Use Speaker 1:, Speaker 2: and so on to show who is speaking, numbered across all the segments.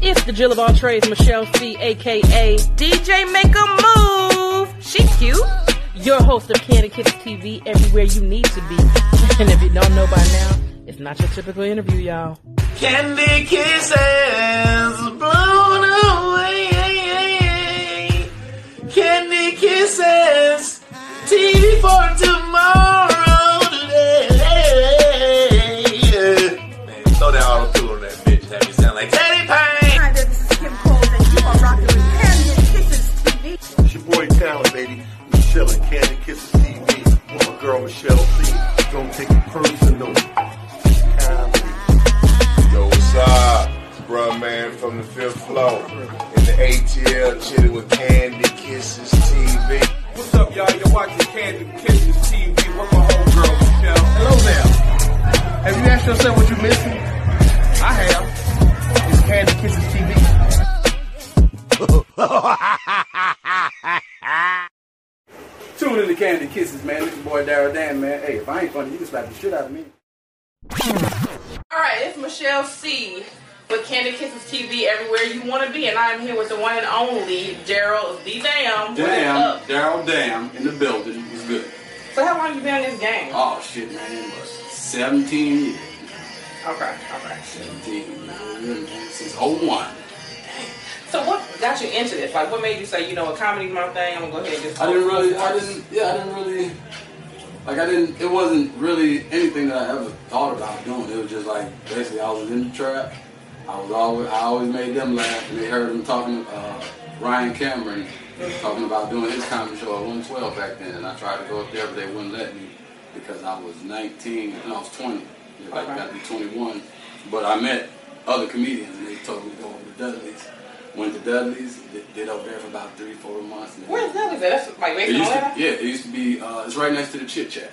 Speaker 1: It's the Jill of all trades, Michelle C, aka
Speaker 2: DJ, make a move. She cute.
Speaker 1: your host of Candy Kicks TV, everywhere you need to be. And if you don't know by now, it's not your typical interview, y'all.
Speaker 3: Candy kisses blown away. Candy kisses. TV for tomorrow today. Man, throw that auto tune on that bitch. Have me sound like Teddy Payne.
Speaker 4: Hi there, this is Kim Cole, and you are rocking with Candy and Kisses TV.
Speaker 5: It's your boy Talent, baby. Michelle and Candy Kisses TV. With my girl Michelle C. Don't take it personal. Kindly.
Speaker 6: Yo, what's up? It's Bruh man from the fifth floor. In the ATL, chilling with Candy Kisses TV.
Speaker 7: What's up, y'all? You're watching Candy Kisses TV with my homegirl, Michelle. Hello there. Have you asked yourself what you're missing? I have. It's Candy Kisses TV. Tune in to Candy Kisses, man. It's your boy Daryl Dan, man. Hey, if I ain't funny, you can slap the shit out of me.
Speaker 1: All right, it's Michelle C with Candy Kisses TV, everywhere you want to be. And I'm here with the one and only Gerald the Damn.
Speaker 7: Damn, Daryl Damn in the building. It's good.
Speaker 1: So, how long you been in this game?
Speaker 7: Oh, shit, man. It was 17 years.
Speaker 1: Okay, okay.
Speaker 7: 17, man. Since 01.
Speaker 1: So, what got you into this? Like, what made you say, you know, a comedy's my thing? I'm gonna go ahead and just.
Speaker 7: I didn't really, I didn't, yeah, I didn't really, like, I didn't, it wasn't really anything that I ever thought about doing. It was just like, basically, I was in the trap. I was always, I always made them laugh, and they heard them talking, uh, Ryan Cameron talking about doing his comedy show at 112 back then, and I tried to go up there, but they wouldn't let me because I was 19 and I was 20. They were like, you gotta be 21. But I met other comedians, and they told me to go over to Dudley's. Went to Dudley's, did- did up there for about three, four months. and then-
Speaker 1: Where's that? Is that that's, like
Speaker 7: it
Speaker 1: based on
Speaker 7: used to,
Speaker 1: that?
Speaker 7: yeah, it used to be. Uh, it's right next to the Chit Chat.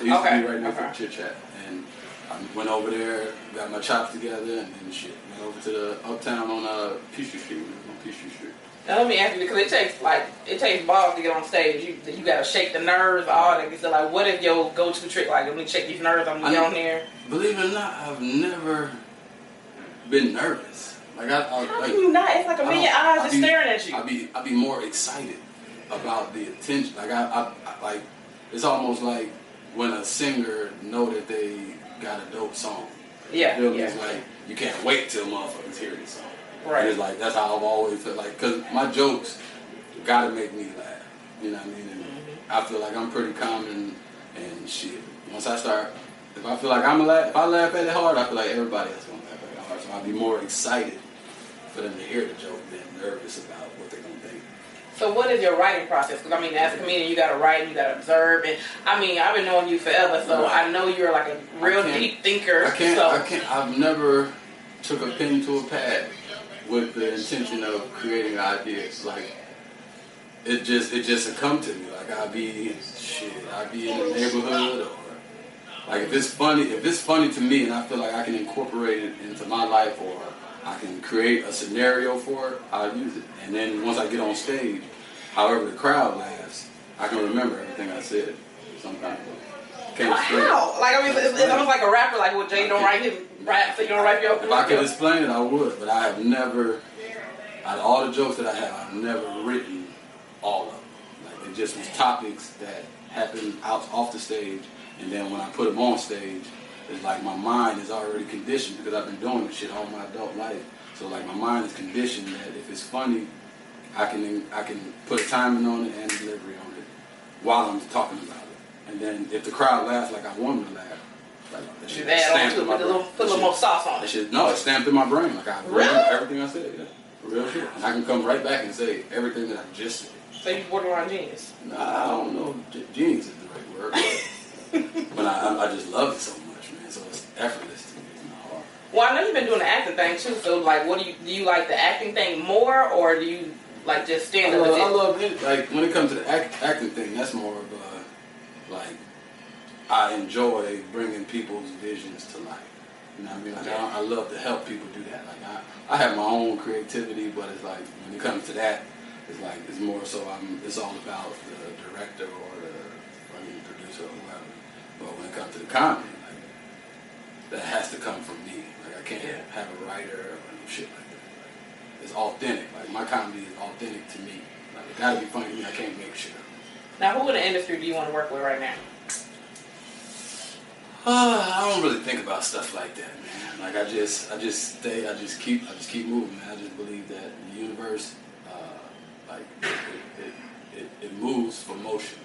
Speaker 7: It used
Speaker 1: Okay,
Speaker 7: to be right next
Speaker 1: okay.
Speaker 7: to the Chit Chat, and I went over there, got my chops together, and, and shit. Went over to the Uptown on uh, Peachtree Street, on Peachtree Street.
Speaker 1: Now let me ask you because it takes like it takes balls to get on stage. You you gotta shake the nerves, all that. So like, what is your go-to trick? Like, let me shake these nerves. I'm gonna get
Speaker 7: I-
Speaker 1: on there.
Speaker 7: Believe it or not, I've never been nervous. Like I, I
Speaker 1: How
Speaker 7: like,
Speaker 1: can you not? It's like a
Speaker 7: I don't-
Speaker 1: million eyes
Speaker 7: I
Speaker 1: just
Speaker 7: be-
Speaker 1: staring at you.
Speaker 7: I be I be more excited about the attention. Like I, I, I like it's almost like when a singer know that they got a dope song.
Speaker 1: Yeah,
Speaker 7: You feel me?
Speaker 1: yeah.
Speaker 7: It's like you can't wait till motherfuckers hear this song.
Speaker 1: Right.
Speaker 7: And it's like that's how I've always felt like because my jokes gotta make me laugh. You know what I mean? And
Speaker 1: Mm-hmm.
Speaker 7: I feel like I'm pretty common and shit. Once I start, if I feel like I'm a laugh, if I laugh at it hard, I feel like everybody else gonna laugh at it hard. So I'd be more excited for them to hear the joke than nervous about what they're gonna think.
Speaker 1: So what is your writing process? Because I mean, as a comedian, you gotta write, you gotta observe, and I mean, I've been knowing you forever, so
Speaker 7: Right.
Speaker 1: I know you're like a real
Speaker 7: I can't-
Speaker 1: deep thinker.
Speaker 7: I can't.
Speaker 1: so
Speaker 7: I can't. I've never took a pen to a pad with the intention of creating ideas. Like it just, it just succumbed to me. Like I'd be shit. I'd be in the neighborhood, or like if it's funny, if it's funny to me, and I feel like I can incorporate it into my life, or I can create a scenario for it, I'll use it. And then once I get on stage, however the crowd laughs, I can remember everything I said. Some kind of way. Can't explain it.
Speaker 1: How? Like I mean, it's, it's almost like a rapper. Like, well, Jay don't write his raps, so you don't write your.
Speaker 7: If I could explain it, I would, but I have never, out of all the jokes that I have, I've never written all of them. Like, it just was topics that happened out off the stage, and then when I put them on stage, it's like my mind is already conditioned because I've been doing this shit all my adult life. So like my mind is conditioned that if it's funny, I can I can put timing on it and delivery on it while I'm talking about it. And then if the crowd laughs like I want them to laugh, like that
Speaker 1: You
Speaker 7: shit
Speaker 1: add on
Speaker 7: stamped
Speaker 1: to
Speaker 7: in
Speaker 1: it,
Speaker 7: my
Speaker 1: put a little,
Speaker 7: brain.
Speaker 1: put a
Speaker 7: That
Speaker 1: little
Speaker 7: shit-
Speaker 1: more sauce on
Speaker 7: that
Speaker 1: it.
Speaker 7: shit, no, it's stamped in my brain. Like I
Speaker 1: Really?
Speaker 7: remember everything I said. Yeah, real shit. And I can come right back and say everything that I just said.
Speaker 1: So you borderline genius.
Speaker 7: Nah, I don't know. if Genius is the right word, but- but I, I- I just love it so much, man. So it's effortless to me. It's not hard.
Speaker 1: Well, I know you've been doing the acting thing too. So, like, what do you do? You like the acting thing more, or do you like just
Speaker 7: I
Speaker 1: stand up?
Speaker 7: love,
Speaker 1: legit?
Speaker 7: I love it. Like when it comes to the act, acting thing, that's more of a like I enjoy bringing people's visions to life. You know what I mean? Like I, I love to help people do that. Like I, I have my own creativity, but it's like when it comes to that, it's like it's more so I'm. It's all about the director or the fucking producer or whoever. But when it comes to the comedy, like that has to come from me. Like I can't have a writer or no shit like that. is authentic. Like my comedy is authentic to me. Like it gotta be funny to me. I can't make shit up.
Speaker 1: Now, who in the industry do you want to work with right now?
Speaker 7: Uh, I don't really think about stuff like that, man. Like I just, I just stay, I just keep, I just keep moving, man. I just believe that the universe, uh, like, it, it, it, it moves for motion.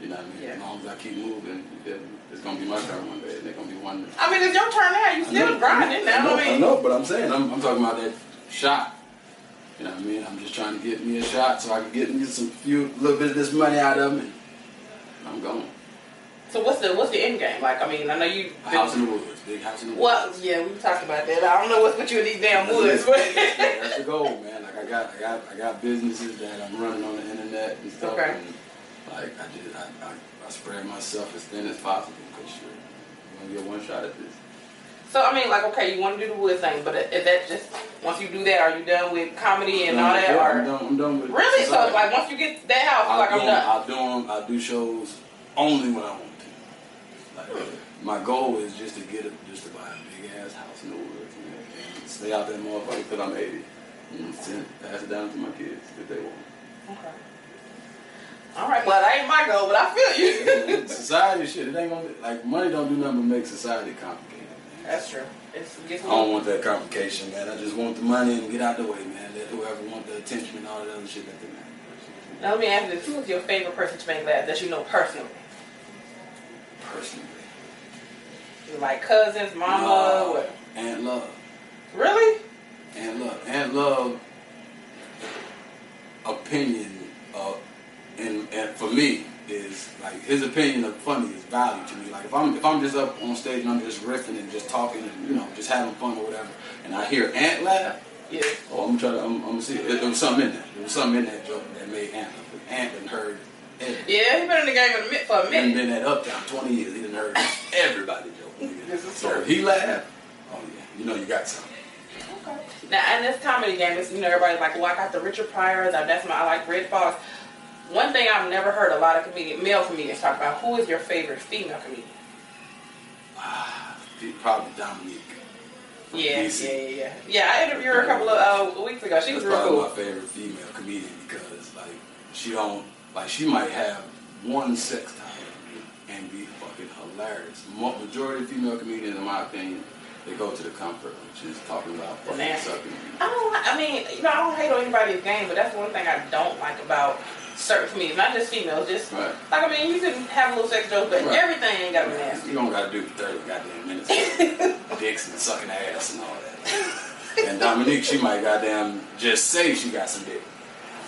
Speaker 7: You know what I mean?
Speaker 1: Yeah.
Speaker 7: As long as I keep moving, you feel me? it's gonna be my turn one day, and they're gonna be one day.
Speaker 1: I mean, it's your turn now. You still grinding
Speaker 7: I
Speaker 1: now.
Speaker 7: know,
Speaker 1: I
Speaker 7: I
Speaker 1: mean,
Speaker 7: know, but I'm saying, I'm, I'm talking about that shot. You know what I mean? I'm just trying to get me a shot so I can get me some few little bit of this money out of them, and I'm going.
Speaker 1: so what's the what's the end game? Like, I mean, I know you.
Speaker 7: A house in the woods, big house in the woods.
Speaker 1: Well, yeah, we talked about that. I don't know what's with you in these damn woods, but
Speaker 7: Yeah, that's the goal, man. Like I got, I got, I got businesses that I'm running on the internet and stuff.
Speaker 1: Okay.
Speaker 7: And, like I did, I, I, I spread myself as thin as possible because you only get one shot at this.
Speaker 1: so I mean, like, okay, you want to do the wood thing, but uh, is that just once you do that, are you done with comedy and all that,
Speaker 7: Yeah, I'm
Speaker 1: or
Speaker 7: done, I'm done with
Speaker 1: really? So
Speaker 7: society.
Speaker 1: like, once you get to that house,
Speaker 7: I
Speaker 1: like,
Speaker 7: do
Speaker 1: I'm done.
Speaker 7: 'em- I do 'em- I do shows only when I want to. Like, my goal is just to get a, just to buy a big ass house in the woods you know, and stay out that motherfucker till I'm 80. And send, pass it down to my kids if they want.
Speaker 1: Okay. All right, well, that ain't my goal, but I feel you.
Speaker 7: society shit, it ain't gonna be, like money don't do nothing but make society complicated. man.
Speaker 1: That's true. It's it gets
Speaker 7: I don't want that complication, man. I just want the money and get out the way, man. Let whoever want the attention and all that other shit, let them have.
Speaker 1: Now let me ask you this: Who is your favorite person to make laugh that you know personally?
Speaker 7: it, Personally,
Speaker 1: Like cousins, mama,
Speaker 7: love,
Speaker 1: what?
Speaker 7: and love,
Speaker 1: Really?
Speaker 7: and love, and love. Opinion, uh, and, and for me is like his opinion of funny is value to me. Like if I'm if I'm just up on stage and I'm just riffing and just talking and you know just having fun or whatever, and I hear Ant laugh.
Speaker 1: Yeah.
Speaker 7: Oh, I'm trying to. I'm, I'm gonna see. There, there was something in there. There was something in that joke that made Ant. Ant done heard. Every,
Speaker 1: Yeah, he been in the game in a minute, for a
Speaker 7: and
Speaker 1: minute.
Speaker 7: been at Uptown 20 years. He done heard everybody joke.
Speaker 1: This is
Speaker 7: So if he laughed. Oh yeah, you know you got something.
Speaker 1: Now, in this comedy game, it's, you know, everybody's like, well, I got the Richard Pryor, the, that's my, I like Red Fox. One thing I've never heard a lot of comedian, male comedians talk about, who is your favorite female comedian?
Speaker 7: He probably Dominique. from
Speaker 1: Yeah,
Speaker 7: DC.
Speaker 1: yeah, yeah, yeah. Yeah, I interviewed her a couple of uh, weeks ago. She was
Speaker 7: That's
Speaker 1: real
Speaker 7: probably my
Speaker 1: cool.
Speaker 7: favorite female comedian because like she don't like she might have one sex time and be fucking hilarious. Mo- majority of female comedians, in my opinion, they go to the comfort, which is talking about fucking
Speaker 1: Nasty.
Speaker 7: sucking.
Speaker 1: I don't, like- I mean, you know, I don't hate on anybody's game, but that's one thing I don't like about certain comedians, not just females, just,
Speaker 7: Right.
Speaker 1: like, I mean, you can have a little sex joke, but
Speaker 7: Right.
Speaker 1: everything ain't gotta be nasty.
Speaker 7: You don't gotta do 30 goddamn minutes of dicks and sucking ass and all that. and Dominique, she might goddamn just say she got some dick.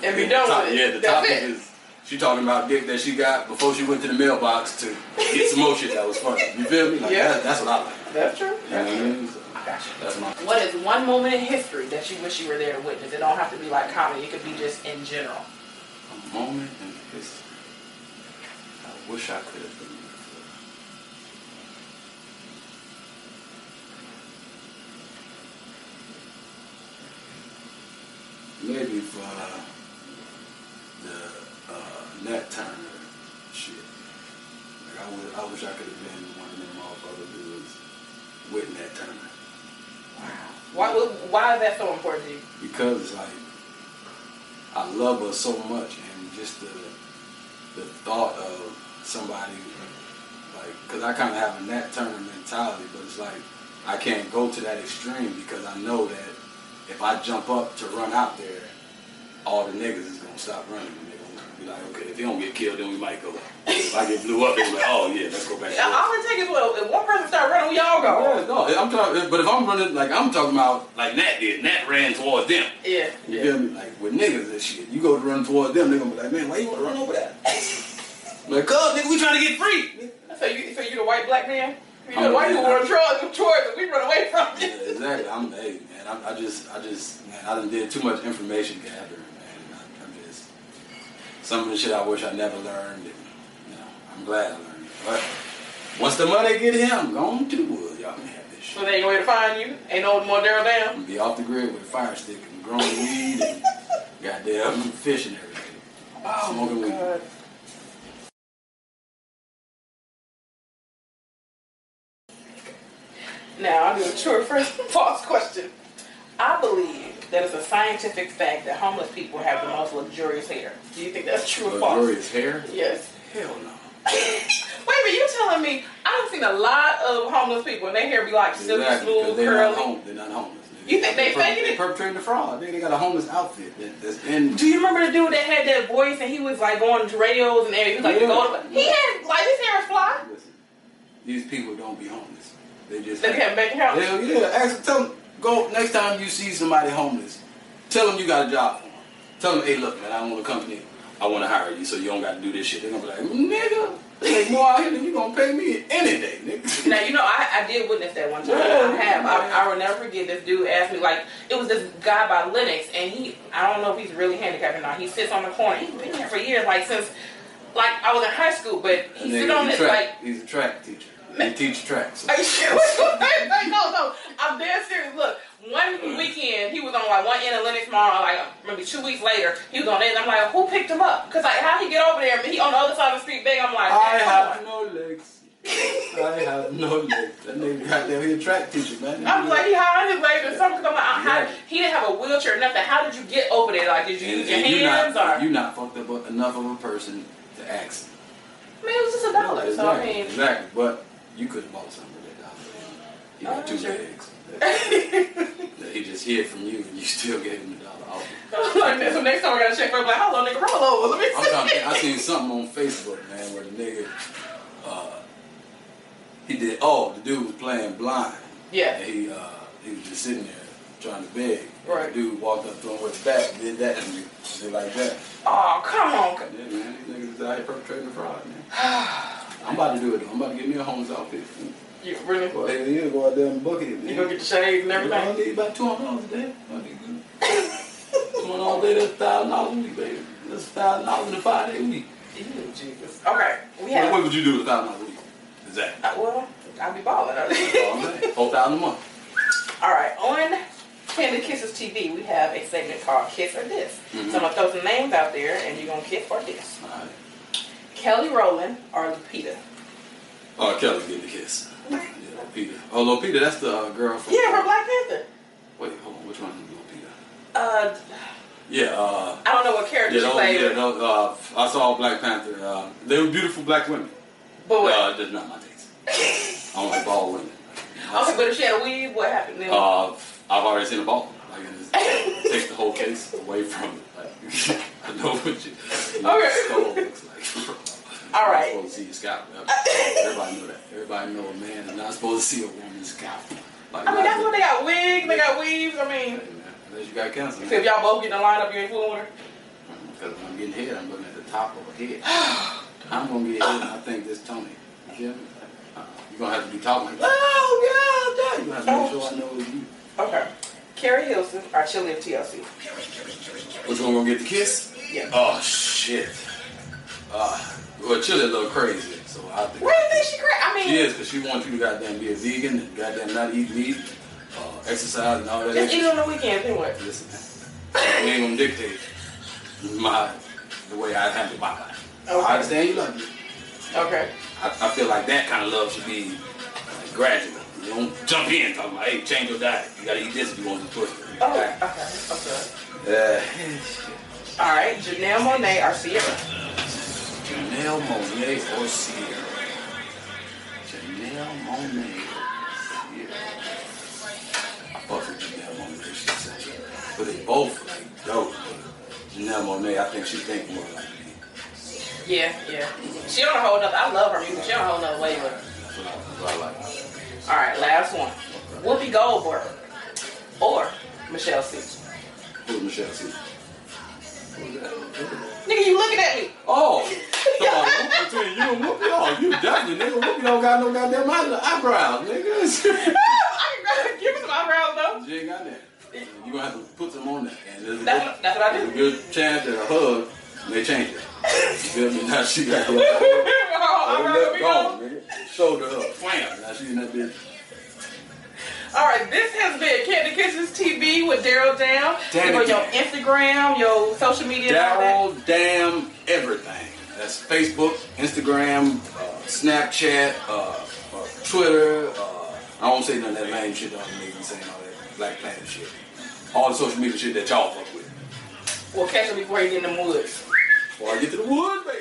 Speaker 1: And be
Speaker 7: The
Speaker 1: done
Speaker 7: top-
Speaker 1: with it.
Speaker 7: Yeah, the
Speaker 1: That's
Speaker 7: topic
Speaker 1: it.
Speaker 7: is she talking about dick that she got before she went to the mailbox to get some more shit that was funny. You feel me? Like,
Speaker 1: Yeah.
Speaker 7: that- that's what I like.
Speaker 1: That's true.
Speaker 7: You know what I mean? So,
Speaker 1: Gotcha.
Speaker 7: that's my.
Speaker 1: What is one moment in history that you wish you were there to witness? It don't have to be like comedy. It could be just in general.
Speaker 7: A moment in history. I wish I could have been there for. Maybe for uh, the uh, Nat Turner shit. Like I, would, I wish I could have been one of them motherfucker dudes with Nat Turner.
Speaker 1: Why? would- Why is that so important to you?
Speaker 7: because it's like I love her so much, and just the the thought of somebody like because I kind of have a Nat Turner mentality, but it's like I can't go to that extreme because I know that if I jump up to run out there, all the niggas is gonna stop running. and They're gonna be like, okay, if he don't get killed, then we might go. If I get blew up, it's like, oh yeah, let's go back. to
Speaker 1: Yeah,
Speaker 7: work.
Speaker 1: All it takes is well, if one person start running, we all go.
Speaker 7: Yeah, no, I'm talking, but if I'm running, like I'm talking about, like Nat did, Nat ran towards them.
Speaker 1: Yeah.
Speaker 7: You
Speaker 1: yeah.
Speaker 7: feel me? Like with niggas and shit, you go to run towards them, they gonna be like, man, why you wanna run over that? like, cuz nigga, we trying to get free.
Speaker 1: So you, so you the white black man? You
Speaker 7: I'm
Speaker 1: the white
Speaker 7: the-
Speaker 1: people run towards, towards, and we run away from
Speaker 7: Yeah,
Speaker 1: you.
Speaker 7: exactly. I'm hey man, I, I just I just man, I done did too much information gathering, man. And I, I'm just some of the shit I wish I never learned and, you know, I'm glad I learned it. But once the money get here, I'm going to the woods, y'all can have this shit.
Speaker 1: So they ain't no way to find you. Ain't no more Daryl down.
Speaker 7: I'm gonna be off the grid with a fire stick and growing weed and goddamn fishing every day. Smoking weed.
Speaker 1: God. Now I'll do a true or false question. I believe that it's a scientific fact that homeless people have the most luxurious hair. Do you think that's true or false?
Speaker 7: Luxurious hair?
Speaker 1: Yes.
Speaker 7: Hell no.
Speaker 1: Wait a minute, you telling me I've seen a lot of homeless people and their hair be like silky,
Speaker 7: Exactly, 'cause
Speaker 1: smooth,
Speaker 7: they're Not
Speaker 1: curly.
Speaker 7: home, they're not homeless. nigga.
Speaker 1: You think they
Speaker 7: They're
Speaker 1: faking it?
Speaker 7: Perpetrating the fraud. Nigga, they got a homeless outfit that, that's in.
Speaker 1: Do you remember the dude that had that voice and he was like going to radios and everything? He was like,
Speaker 7: Yeah.
Speaker 1: golden. He had, like, his hair is fly.
Speaker 7: Listen, these people don't be homeless. They just.
Speaker 1: They kept making hair.
Speaker 7: Hell yeah. Ask, tell them, go next time you see somebody homeless, tell them you got a job for them. Tell them, hey, look, man, I want a company. I want to hire you so you don't got to do this shit. They're going to be like, nigga, there's more out here than you going to pay me any day, nigga.
Speaker 1: Now you know I, I did witness that one time. I have. I, I will never forget. This dude asked me like it was this guy by Linux, and he I don't know if he's really handicapped or not. He sits on the corner. He's been there for years, like since like I was in high school. But he
Speaker 7: Nigga,
Speaker 1: sit on
Speaker 7: he's
Speaker 1: this
Speaker 7: track,
Speaker 1: like.
Speaker 7: He's a track teacher. He teach track. So.
Speaker 1: Are you sure? Like, no, no, I'm dead serious. Look, one weekend he was on like one end of Linux Mall, like maybe two weeks later he was on it. And I'm like, who picked him up? Cause like how he get over there? He on the other side of the street, big. I'm like,
Speaker 7: I
Speaker 1: "Damn,
Speaker 7: have
Speaker 1: come on."
Speaker 7: no legs. I have no legs. That nigga goddamn, he a track teacher, man.
Speaker 1: I'm like, he hired his way or something. I'm like, how,
Speaker 7: Yeah.
Speaker 1: he didn't have a wheelchair or nothing. How did you get over there? Like, did you
Speaker 7: and,
Speaker 1: use your
Speaker 7: and you
Speaker 1: hands
Speaker 7: not,
Speaker 1: or?
Speaker 7: you not fucked up enough of a person to ask.
Speaker 1: I mean, it was just a dollar. So I mean,
Speaker 7: exactly. But you could have bought something with that dollar. He
Speaker 1: Oh,
Speaker 7: got two
Speaker 1: sure.
Speaker 7: legs. That he just hid from you, and you still gave him a dollar. off.
Speaker 1: like this. So next time I gotta check for like, hold on, nigga, roll over. Let me
Speaker 7: I'm
Speaker 1: see.
Speaker 7: trying to think, I seen something on Facebook, man, where the nigga, uh, he did. Oh, the dude was playing blind.
Speaker 1: Yeah.
Speaker 7: And he uh, he was just sitting there trying to beg.
Speaker 1: Right.
Speaker 7: The dude walked up to him with his back, did that, and did like that.
Speaker 1: Oh, come on.
Speaker 7: Yeah, man, these niggas is out here perpetrating fraud, man. I'm about to do it. though. I'm about to get me a homeless outfit.
Speaker 1: You really?
Speaker 7: Well, hell yeah, go out there and book it, man.
Speaker 1: You gonna get the shades and
Speaker 7: I
Speaker 1: everything?
Speaker 7: need about two hundred dollars a day. I need good. Two hundred dollars a day. That's thousand dollars a week, baby. That's thousand dollars in a five day week.
Speaker 1: Ew, Jesus. Okay, we
Speaker 7: What,
Speaker 1: have.
Speaker 7: what would you do with a thousand dollars a week? Exactly.
Speaker 1: Uh, Well, I'll be balling.
Speaker 7: Four thousand a month.
Speaker 1: All right, on Tender Kisses TV, we have a segment called Kiss or This. So I'm gonna throw some names out there, and you're gonna kiss or diss.
Speaker 7: All right.
Speaker 1: Kelly Rowland or Lupita?
Speaker 7: Oh, Kelly's getting a kiss. Yeah, Lupita. Oh, Lupita, that's the uh, girl from.
Speaker 1: Yeah, from Black Panther.
Speaker 7: Wait, hold on. Which one is Lupita?
Speaker 1: Uh,
Speaker 7: Yeah. Uh,
Speaker 1: I don't know what character
Speaker 7: yeah,
Speaker 1: she
Speaker 7: no,
Speaker 1: played,
Speaker 7: yeah, no, uh, I saw Black Panther. Uh, they were beautiful black women.
Speaker 1: but what?
Speaker 7: Uh, just not my taste. I don't like bald women.
Speaker 1: okay, but if she had a weave, what happened then?
Speaker 7: Uh, I've already seen a ball. Like, it just takes the whole case away from it. Like, I know what you, you know,
Speaker 1: Okay.
Speaker 7: skull looks like.
Speaker 1: All
Speaker 7: You're
Speaker 1: right.
Speaker 7: not supposed to see a scalp. Everybody know that. Everybody know a man is not supposed to see a woman's scalp. Like,
Speaker 1: I mean, that's
Speaker 7: not-
Speaker 1: what they got wigs, they got weaves. I mean,
Speaker 7: Hey, man, Unless you got cancer.
Speaker 1: so if y'all both get in the lineup, you ain't fooling with her.
Speaker 7: Because when I'm getting head, I'm looking at the top of a head. I'm gonna get head, and I think this Tony. You feel me? Uh, You're gonna have to be talking like, oh yeah, yeah. You have to make sure I know it's you.
Speaker 1: Okay. Carrie Hilson or Chili of TLC?
Speaker 7: Which one gonna get the kiss?
Speaker 1: Yeah.
Speaker 7: Oh shit. Uh, well, Chili a little crazy, so I think
Speaker 1: What do you think she crazy? I mean,
Speaker 7: she is because she wants you to goddamn be a vegan and goddamn not eat meat, uh, exercise and all that.
Speaker 1: just eat it
Speaker 7: extra-
Speaker 1: on the weekends and what?
Speaker 7: Listen, we ain't gonna dictate my the way I handle my life.
Speaker 1: Okay.
Speaker 7: I understand you love me.
Speaker 1: Okay.
Speaker 7: I, I feel like that kind of love should be like, gradual. You don't jump in talking about, hey, change your diet. You gotta eat this if you want to twist it.
Speaker 1: Oh, okay. Okay.
Speaker 7: Uh,
Speaker 1: All right, Janelle Monet or Sierra?
Speaker 7: Janelle Monet or Sierra? Janelle Monet Sierra. Both of Janelle Monet, she said. But they both like dope. But Janelle Monet, I think she think more like me.
Speaker 1: Yeah, yeah. She on a whole nother. I love her music. She on a whole nother wave. But
Speaker 7: That's what I, that's what I like.
Speaker 1: all right, last one. Whoopi Goldberg or Michelle C.
Speaker 7: Who's Michelle C? Who's that?
Speaker 1: Nigga, you looking at me?
Speaker 7: Oh, so uh, between you and Whoopi, oh, you definitely, nigga, Whoopi don't got no goddamn eye- eyebrows, nigga.
Speaker 1: I give me some eyebrows though.
Speaker 7: She ain't got that. You gonna have to put some on that. And there's a
Speaker 1: That's
Speaker 7: good-
Speaker 1: what- that's what I
Speaker 7: there's
Speaker 1: do.
Speaker 7: a good chance that a hug may change it. You feel me? Now she got that.
Speaker 1: Her whole
Speaker 7: her
Speaker 1: eyebrows will
Speaker 7: left
Speaker 1: be
Speaker 7: gone,
Speaker 1: gone.
Speaker 7: nigga. Shoulder up, wham. Now she in that bitch.
Speaker 1: All right, this has been Candy Kisses TV with Daryl Down.
Speaker 7: Damn
Speaker 1: Give her
Speaker 7: it,
Speaker 1: your
Speaker 7: Daryl.
Speaker 1: Instagram, your social media, and all that.
Speaker 7: Daryl, damn everything. That's Facebook, Instagram, uh, Snapchat, uh, uh, Twitter. Uh, I won't say none of that lame shit. Don't make me saying all that Black Planet shit. all the social media shit that y'all fuck with.
Speaker 1: Well, catch him before he get in the woods.
Speaker 7: Before I get to the woods,